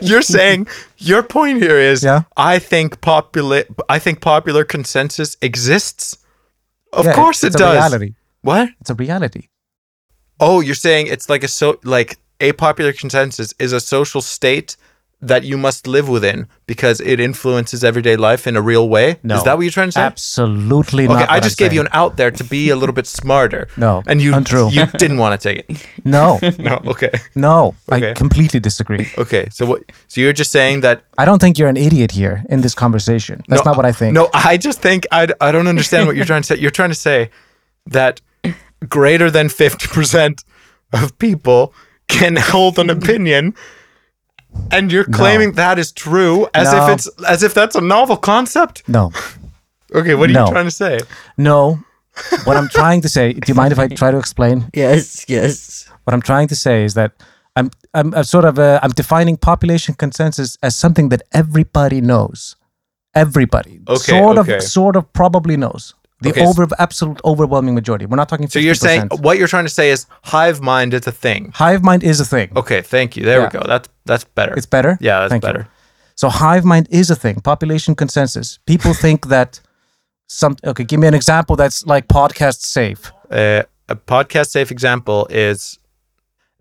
S2: you're saying your point here is
S1: Yeah.
S2: I think popular I think popular consensus exists. Of
S1: Yeah,
S2: course
S1: it's
S2: it
S1: a
S2: does.
S1: reality.
S2: What?
S1: It's a reality.
S2: Oh, you're saying it's like a so like a popular consensus is a social state that you must live within because it influences everyday life in a real way. Is that what you're trying to say?
S1: Absolutely not.
S2: Okay, I
S1: what
S2: just
S1: I'm
S2: gave you
S1: saying.
S2: an out there to be a little bit smarter.
S1: No,
S2: and you
S1: untrue.
S2: you didn't want to take it.
S1: No.
S2: No, okay,
S1: No,
S2: Okay.
S1: I completely disagree.
S2: okay. So what? So you're just saying that
S1: I don't think you're an idiot here in this conversation. That's
S2: No,
S1: not what I think.
S2: No, I just think I, I don't understand what you're trying to say. You're trying to say that greater than 50% of people can hold an opinion and you're claiming that is true as
S1: No.
S2: if it's as if that's a novel concept.
S1: no,
S2: Okay, what are
S1: No.
S2: you trying to say?
S1: no. What I'm trying to say, do you mind if I try to explain?
S4: Yes, yes.
S1: What I'm trying to say is that I'm, I'm, I'm sort of uh, I'm defining population consensus as something that everybody knows. Everybody,
S2: Okay,
S1: sort
S2: okay.
S1: of, sort of, probably knows. The
S2: Okay, so-
S1: over absolute overwhelming majority. We're not talking 50%.
S2: So you're saying what you're trying to say is hive mind is a thing.
S1: hive mind is a thing.
S2: Okay, thank you. There
S1: Yeah.
S2: we go. That's that's better.
S1: It's better?
S2: Yeah, that's
S1: Thank you.
S2: better.
S1: So hive mind is a thing. Population consensus. People think that some okay, give me an example that's like podcast safe.
S2: Uh, a podcast safe example is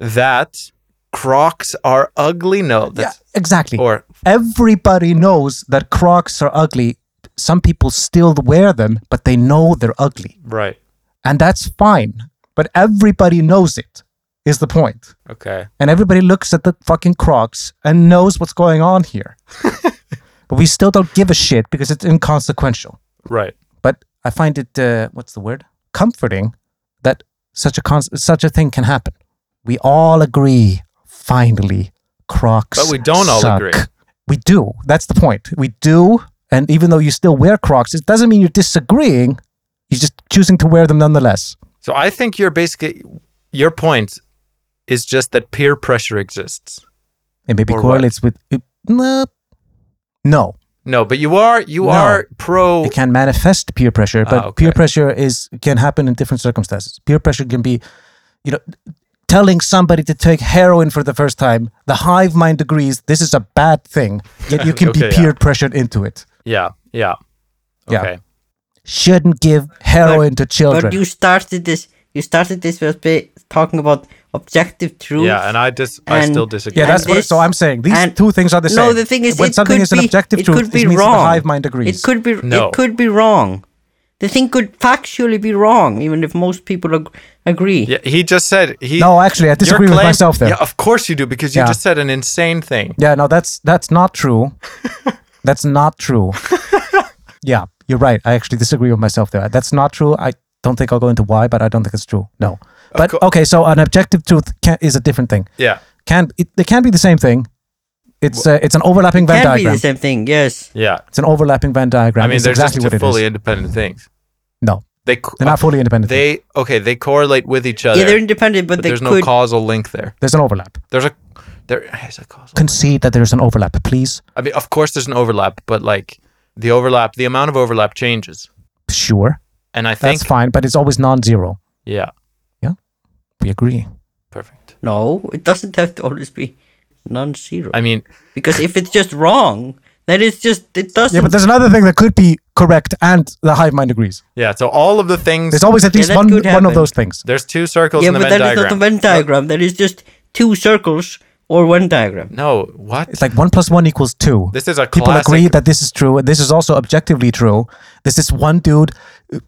S2: that Crocs are ugly. No,
S1: Yeah,
S2: that's
S1: exactly.
S2: or
S1: Everybody knows that Crocs are ugly. Some people still wear them, but they know they're ugly.
S2: right.
S1: And that's fine. But everybody knows it is the point.
S2: Okay.
S1: and everybody looks at the fucking Crocs and knows what's going on here. but we still don't give a shit because it's inconsequential.
S2: Right.
S1: But I find it uh, what's the word comforting that such a cons- such a thing can happen. We all agree finally Crocs.
S2: But we don't all
S1: suck.
S2: agree.
S1: We do. That's the point. We do. And even though you still wear Crocs, it doesn't mean you're disagreeing. You're just choosing to wear them nonetheless.
S2: So I think you're basically your point is just that peer pressure exists.
S1: It maybe
S2: Or what?
S1: correlates with. Uh, no.
S2: No, but you are you
S1: No.
S2: are pro.
S1: it can manifest peer pressure, but
S2: Ah, okay.
S1: peer pressure is can happen in different circumstances. Peer pressure can be, you know, telling somebody to take heroin for the first time. The hive mind agrees this is a bad thing, yet you can
S2: Okay,
S1: be
S2: yeah.
S1: peer pressured into it.
S2: Yeah. Yeah.
S1: Yeah.
S2: Okay.
S1: Shouldn't give heroin to children.
S4: But you started this. You started this with ba- talking about objective truth.
S2: Yeah, and I dis I
S4: And-
S2: still disagree.
S1: yeah, that's
S4: and
S1: what. So
S4: this-
S1: I'm saying these
S4: and-
S1: two things are the
S4: no,
S1: same.
S4: the thing is,
S1: when
S4: it
S1: something
S4: could
S1: is
S4: be-
S1: an objective
S4: it
S1: truth,
S4: could
S1: it
S4: be
S1: means that the
S4: wrong.
S1: hive mind agrees.
S4: It could be.
S2: No.
S4: It could be wrong. The thing could factually be wrong, even if most people ag- agree.
S2: Yeah, he just said he.
S1: No, actually, I
S2: your
S1: disagree with
S2: claim-
S1: myself there.
S2: Yeah, of course you do because you
S1: Yeah.
S2: just said an insane thing.
S1: Yeah, no, that's that's not true. that's not true. yeah, you're right. I actually disagree with myself there. That's not true. I don't think I'll go into why, but I don't think it's true. No. But
S2: co-
S1: okay, so an objective truth can, is a different thing.
S2: Yeah,
S1: Can it, it can be the same thing? It's uh, it's an overlapping Venn
S4: Can be
S1: diagram.
S4: the same thing. Yes.
S2: yeah.
S1: It's an overlapping Venn diagram.
S2: I mean,
S1: it's
S2: they're
S1: exactly
S2: just
S1: what
S2: two
S1: it is.
S2: fully independent things.
S1: No,
S2: They co-
S1: they're not fully independent.
S2: they okay. They correlate with each other.
S4: yeah, they're independent, but,
S2: but
S4: they
S2: there's no
S4: could.
S2: causal link there.
S1: there's an overlap.
S2: There's a there is a causal. link.
S1: Concede that there's an overlap, please.
S2: I mean, of course, there's an overlap, but like the overlap, the amount of overlap changes,
S1: Sure,
S2: and I think
S1: that's fine, but it's always non-zero.
S2: yeah,
S1: We agree.
S2: perfect.
S4: no, it doesn't have to always be non-zero.
S2: I mean,
S4: because if it's just wrong, then it's just it doesn't.
S1: Yeah, but there's another thing that could be correct, and the hive mind agrees.
S2: yeah. So all of the things
S1: There's always at least
S4: that
S1: one
S4: could
S1: one of
S4: happen.
S1: those things.
S2: there's two circles
S4: Yeah,
S2: in the
S4: but
S2: Venn
S4: that is
S2: diagram.
S4: not a Venn diagram. That is just two circles or one diagram.
S2: no, what?
S1: It's like one plus one equals two.
S2: This is a
S1: People
S2: classic.
S1: agree that this is true, and this is also objectively true. There's this one dude, uh, uh,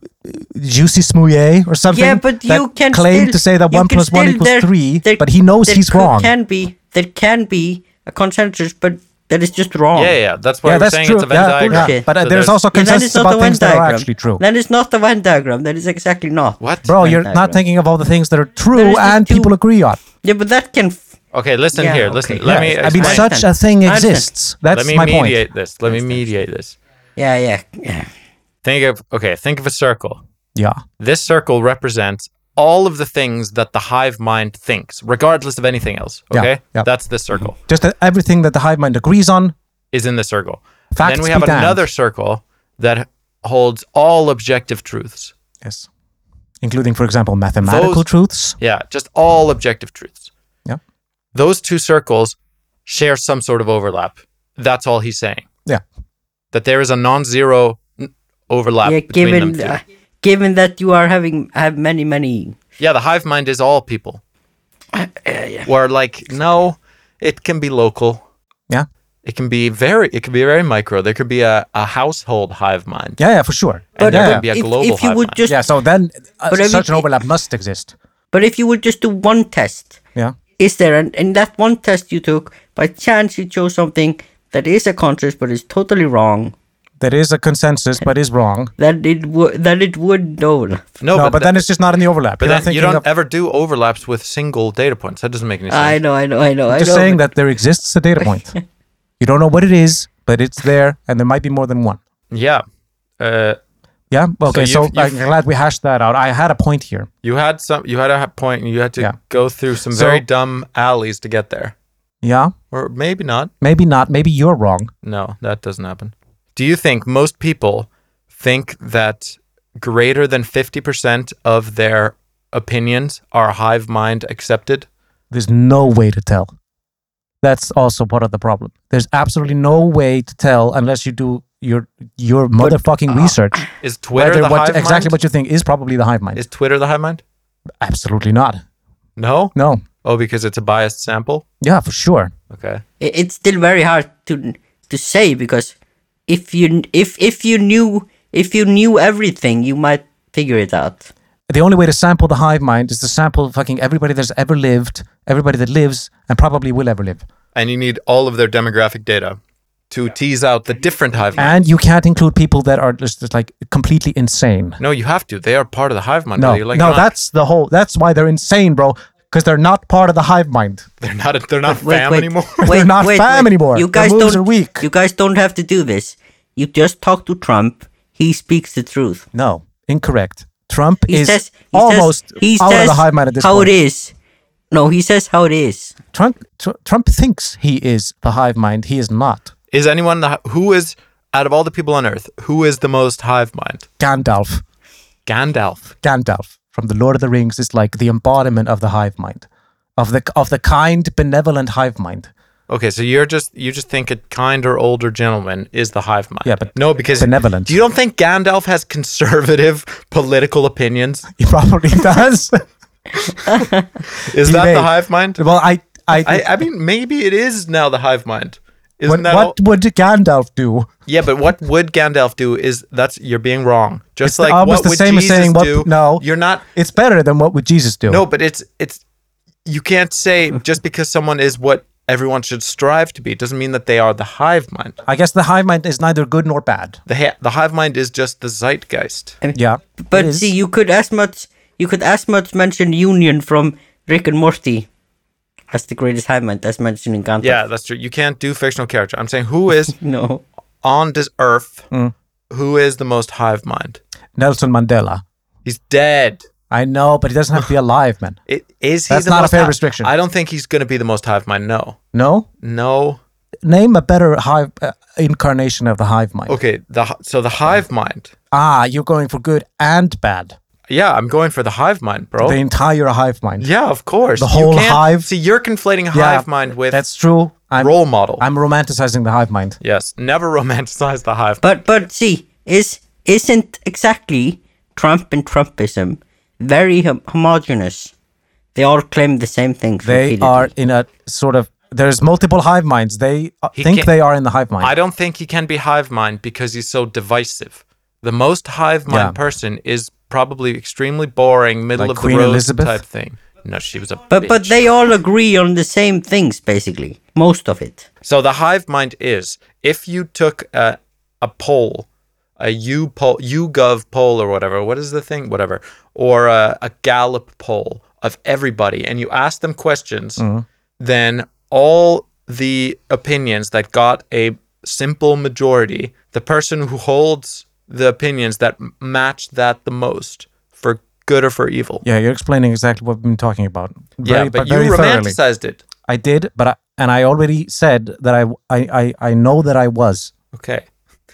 S1: Juicy Smouye or something,
S4: Yeah, but
S1: that
S4: you can
S1: claimed
S4: still,
S1: to say that
S4: you
S1: one
S4: can
S1: plus one
S4: still-
S1: equals
S4: there-
S1: three,
S4: there-
S1: but he knows
S4: there
S1: he's
S4: could-
S1: wrong.
S4: Can be there can be a consensus, but that is just wrong.
S2: yeah, yeah. That's why
S1: yeah,
S2: we're
S1: that's
S2: saying
S1: true.
S2: it's a Venn
S1: yeah,
S2: diagram.
S1: yeah.
S4: Okay.
S1: But uh,
S2: So
S1: there's also
S4: Yeah, that is
S1: consensus
S4: not
S1: about
S4: a Venn
S1: things that
S4: diagram.
S1: are actually true.
S4: That is not the Venn diagram. That is exactly not.
S2: what?
S1: Bro,
S4: Venn
S1: you're
S4: diagram.
S1: not thinking of all the things that are
S4: There
S1: true
S4: is just
S1: and
S4: two-
S1: people agree on.
S4: Yeah, but that can. F-
S2: Okay, listen
S4: Yeah,
S2: here.
S4: okay.
S2: Listen, let
S1: Yeah,
S2: me.
S1: I mean,
S2: explain.
S1: such a thing
S4: I understand.
S1: exists. That's
S2: let me
S1: my point.
S2: mediate this. Let me mediate this.
S4: yeah, yeah, yeah.
S2: Think of okay. Think of a circle.
S1: Yeah.
S2: This circle represents all of the things that the hive mind thinks, regardless of anything else.
S1: Yeah,
S2: Okay,
S1: yeah.
S2: that's this circle
S1: Just that everything that the hive mind agrees on,
S2: is in the circle.
S1: Facts
S2: then we
S1: be
S2: have
S1: damned.
S2: another circle that holds all objective truths.
S1: Yes. Including, for example, mathematical
S2: Those-
S1: truths.
S2: Yeah, just all objective truths.
S1: Yeah.
S2: Those two circles share some sort of overlap. That's all he's saying.
S1: Yeah.
S2: That there is a non-zero n- overlap
S4: yeah
S2: between them
S4: given
S2: two.
S4: uh, given that you are having have many many. uh,
S2: Yeah, the hive mind is all people. Where like no, it can be local.
S1: Yeah.
S2: It can be very it can be very micro. There could be a, a household hive mind.
S1: Yeah, yeah, for sure.
S2: And there
S1: yeah.
S2: could be a
S4: if,
S2: global
S4: if you
S2: hive
S4: would
S2: mind.
S4: just
S1: yeah, so then uh,
S4: But every-
S1: such an overlap must exist.
S4: But if you would just do one test,
S1: Yeah.
S4: is there, and in that one test you took, by chance you chose something that is a consensus but is totally wrong,
S1: There is a consensus, but is wrong.
S4: that it would that it would know.
S2: No,
S1: no, but
S2: but, then
S1: then it's just not in the overlap.
S2: but
S1: You're
S2: then you
S1: thinking
S2: don't
S1: of-
S2: ever do overlaps with single data points. That doesn't make any sense.
S4: I know, I know, I know. i
S1: just
S4: know,
S1: saying
S4: but-
S1: that there exists a data point. you don't know what it is, but it's there, and there might be more than one.
S2: Yeah. Uh,
S1: Yeah. Okay. So,
S2: you've- you've-
S1: I'm glad we hashed that out. I had a point here.
S2: you had some you had a point and you had to
S1: Yeah.
S2: go through some
S1: So-
S2: very dumb alleys to get there.
S1: Yeah.
S2: Or maybe not.
S1: Maybe not. Maybe you're wrong.
S2: No, that doesn't happen. Do you think most people think that greater than 50% of their opinions are hive mind accepted.
S1: There's no way to tell. That's also part of the problem. There's absolutely no way to tell unless you do your your motherfucking research.
S2: Is Twitter uh, the
S1: what,
S2: hive
S1: exactly
S2: mind?
S1: what you think is probably the hive mind.
S2: Is Twitter the hive mind?
S1: absolutely not.
S2: No?
S1: No.
S2: Oh, because it's a biased sample?
S1: Yeah, for sure.
S2: Okay.
S4: I- it's still very hard to to say because if you kn- if if you knew if you knew everything, you might figure it out.
S1: The only way to sample the hive mind is to sample fucking everybody that's ever lived, everybody that lives and probably will ever live.
S2: And you need all of their demographic data to tease out the different hive mind.
S1: And you can't include people that are just, just like completely insane.
S2: No, you have to. They are part of the hive mind.
S1: No,
S2: whether you like it or
S1: no,
S2: not.
S1: that's the whole. That's why they're insane, bro. Because they're not part of the hive mind.
S2: they're not. they're not
S4: Wait,
S2: fam
S4: wait,
S2: anymore.
S4: wait,
S1: They're not
S4: wait,
S1: fam
S4: wait.
S1: anymore.
S4: You
S1: Their
S4: guys
S1: moves
S4: don't.
S1: are weak.
S4: You guys don't have to do this. You just talk to Trump. He speaks the truth.
S1: No, incorrect. Trump
S4: He
S1: is
S4: says he
S1: almost
S4: says, he
S1: out
S4: says
S1: of the hive mind at this
S4: how
S1: point.
S4: it is. No, he says how it is.
S1: Trump, tr- Trump thinks he is the hive mind. He is not.
S2: is anyone the, hi- who is out of all the people on Earth who is the most hive mind?
S1: Gandalf,
S2: Gandalf.
S1: Gandalf from the Lord of the Rings is like the embodiment of the hive mind, of the of the kind, benevolent hive mind.
S2: Okay, so you're just you just think a kinder, older gentleman is the hive mind.
S1: Yeah, but
S2: no, because
S1: benevolent.
S2: You don't think Gandalf has conservative political opinions?
S1: He probably does.
S2: Is
S1: He
S2: that
S1: may.
S2: the hive mind?
S1: well, I, I,
S2: I, I mean, maybe it is now the hive mind. Isn't
S1: what,
S2: that all-
S1: what would Gandalf do?
S2: Yeah, but what would Gandalf do? Is that's you're being wrong. Just
S1: It's
S2: like
S1: almost
S2: what
S1: the
S2: would
S1: same as
S2: Jesus
S1: saying what-
S2: do?
S1: no.
S2: you're not.
S1: It's better than what would Jesus do?
S2: No, but it's it's you can't say just because someone is what everyone should strive to be doesn't mean that they are the hive mind.
S1: I guess the hive mind is neither good nor bad.
S2: The ha- the hive mind is just the zeitgeist.
S1: Yeah, it
S4: But
S1: is.
S4: see, you could as much you could as much mention Union from Rick and Morty as the greatest hive mind as mentioning Gandalf.
S2: Yeah, that's true. You can't do fictional character. I'm saying who is
S4: No.
S2: on this earth
S1: Mm.
S2: who is the most hive mind?
S1: Nelson Mandela.
S2: He's dead.
S1: I know, but he doesn't have to be alive, man.
S2: It is he
S1: That's
S2: the
S1: not a
S2: most
S1: fair
S2: hi-
S1: restriction.
S2: I don't think he's going to be the most hive mind. No.
S1: No,
S2: No.
S1: name a better hive uh, incarnation of the hive mind.
S2: Okay, the hi- so the hive mind.
S1: Ah, you're going for good and bad.
S2: Yeah, I'm going for the hive mind, bro.
S1: The entire hive mind.
S2: Oh. yeah, of course.
S1: The
S2: You
S1: whole
S2: can't-
S1: hive?
S2: See, you're conflating hive
S1: Yeah,
S2: mind with
S1: That's true. I'm
S2: role model.
S1: I'm romanticizing the hive mind.
S2: yes, never romanticize the hive.
S4: But but see, is isn't exactly Trump and Trumpism very hom- homogenous? They all claim the same things.
S1: They
S4: repeatedly.
S1: are in a sort of there's multiple hive minds. They uh,
S2: He
S1: think
S2: can't-
S1: they are in the hive mind.
S2: I don't think he can be hive mind because he's so divisive. The most hive mind
S1: Yeah.
S2: person is probably extremely boring, middle
S1: Like
S2: of
S1: Queen
S2: the road
S1: Elizabeth?
S2: type thing. No, she was a
S4: But
S2: bitch.
S4: but they all agree on the same things basically. Most of it.
S2: So the hive mind is if you took a a poll, a U poll, YouGov poll or whatever. What is the thing? Whatever, or a, a Gallup poll of everybody, and you asked them questions,
S1: Mm-hmm.
S2: then all the opinions that got a simple majority, the person who holds the opinions that m- match that the most for good or for evil.
S1: yeah, you're explaining exactly what we've been talking about.
S2: Yeah,
S1: Very-
S2: but you
S1: very thoroughly.
S2: romanticized it.
S1: I did, but I, and I already said that I, I I I know that I was.
S2: Okay.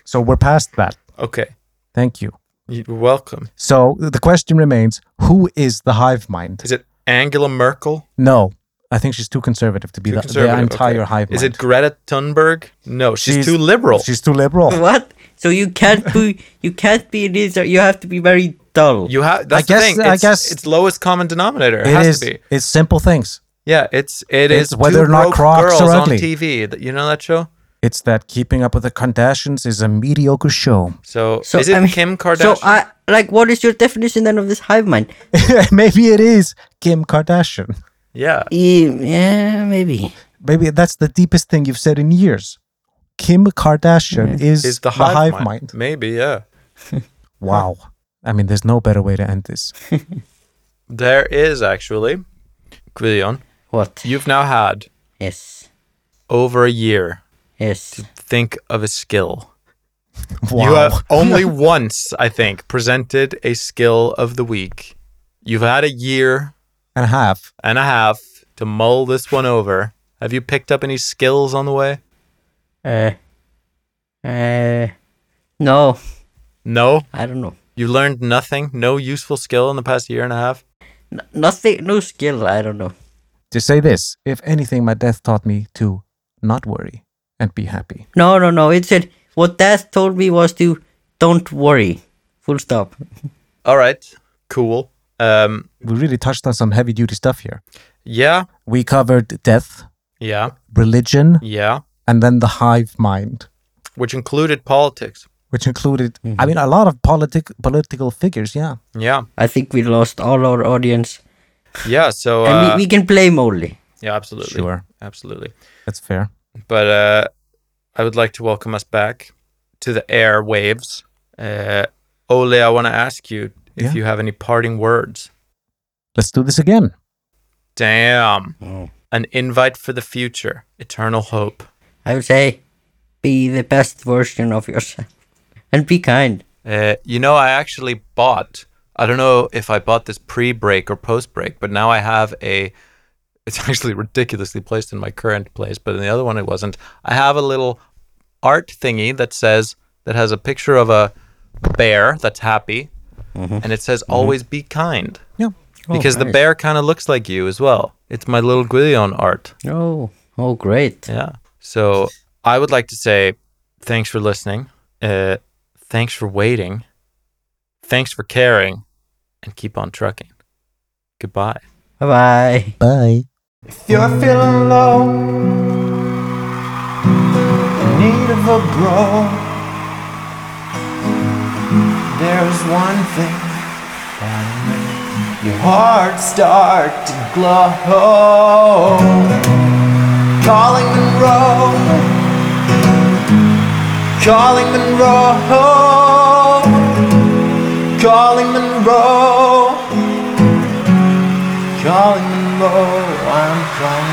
S1: So we're past that.
S2: Okay.
S1: Thank you.
S2: You're welcome.
S1: So the question remains: Who is the hive mind?
S2: Is it Angela Merkel?
S1: No, I think she's too conservative to be the, the
S2: conservative,
S1: entire
S2: okay.
S1: hive mind.
S2: Is it Greta Thunberg? No, she's, too liberal.
S1: She's too liberal.
S4: What? So you can't be you can't be neither. You have to be very dull.
S2: you have that's
S1: I
S2: the
S1: guess-
S2: thing.
S1: I
S2: It's,
S1: guess-
S2: it's lowest common denominator. It,
S1: It
S2: has
S1: is.
S2: to be.
S1: It's simple things.
S2: Yeah, it's it
S1: It's
S2: is
S1: whether
S2: two
S1: or not
S2: broke
S1: Crocs are
S2: girls on
S1: ugly.
S2: TV. That- You know that show?
S1: It's that Keeping Up with the Kardashians is a mediocre show.
S2: So,
S4: So
S2: is it
S4: I mean,
S2: Kim Kardashian?
S4: So I like what is your definition then of this hive mind?
S1: Maybe it is Kim Kardashian.
S2: yeah.
S4: E- Yeah, maybe.
S1: Maybe that's the deepest thing you've said in years. Kim Kardashian is,
S2: Is the hive, mind.
S1: mind.
S2: Maybe, yeah.
S1: Wow. I mean, there's no better way to end this.
S2: There is actually. Quillion,
S4: What?
S2: you've now had
S4: Yes.
S2: over a year
S4: Yes.
S2: think of a skill.
S1: Wow.
S2: You have only once, I think, presented a skill of the week. You've had a year
S1: and a half.
S2: and a half to mull this one over. Have you picked up any skills on the way?
S4: Uh. Uh. No,
S2: No.
S4: I don't know.
S2: You learned nothing, no useful skill in the past year and a half.
S4: N- nothing, no skill. I don't know.
S1: Just say this if anything, my death taught me to not worry and be happy.
S4: No, no, no. It said what Death told me was to don't worry. Full stop.
S2: All right, cool. Um,
S1: We really touched on some heavy duty stuff here.
S2: yeah,
S1: We covered death,
S2: yeah,
S1: religion,
S2: yeah,
S1: and then the hive mind,
S2: which included politics.
S1: which included, I mean, a lot of politic political figures. Yeah.
S2: Yeah,
S4: I think we lost all our audience,
S2: yeah. So
S4: and
S2: uh,
S4: we, we can blame only.
S2: yeah, absolutely,
S1: Sure.
S2: absolutely.
S1: That's fair.
S2: But uh, I would like to welcome us back to the airwaves. Uh, Ole, I want to ask you if
S1: Yeah.
S2: you have any parting words.
S1: Let's do this again.
S2: Damn, an invite for the future, eternal hope,
S4: I would say, be the best version of yourself, and be kind.
S2: Uh, you know, I actually bought. I don't know if I bought this pre-break or post-break, but now I have a. It's actually ridiculously placed in my current place, but in the other one it wasn't. I have a little art thingy that says that has a picture of a bear that's happy, and it says "Always be kind"
S1: Yeah.
S2: because the
S4: Oh, nice.
S2: bear kind of looks like you as well. It's my little Guillon art.
S4: Oh, oh, great.
S2: Yeah. So I would like to say thanks for listening. Uh, thanks for waiting. Thanks for caring. And keep on trucking. Goodbye.
S4: Bye bye.
S1: Bye.
S3: If you're feeling low, in need of a bro, there's one thing that'll make your heart start to glow. Calling Monroe, calling Monroe, calling Monroe. Calling Monroe, I'm calling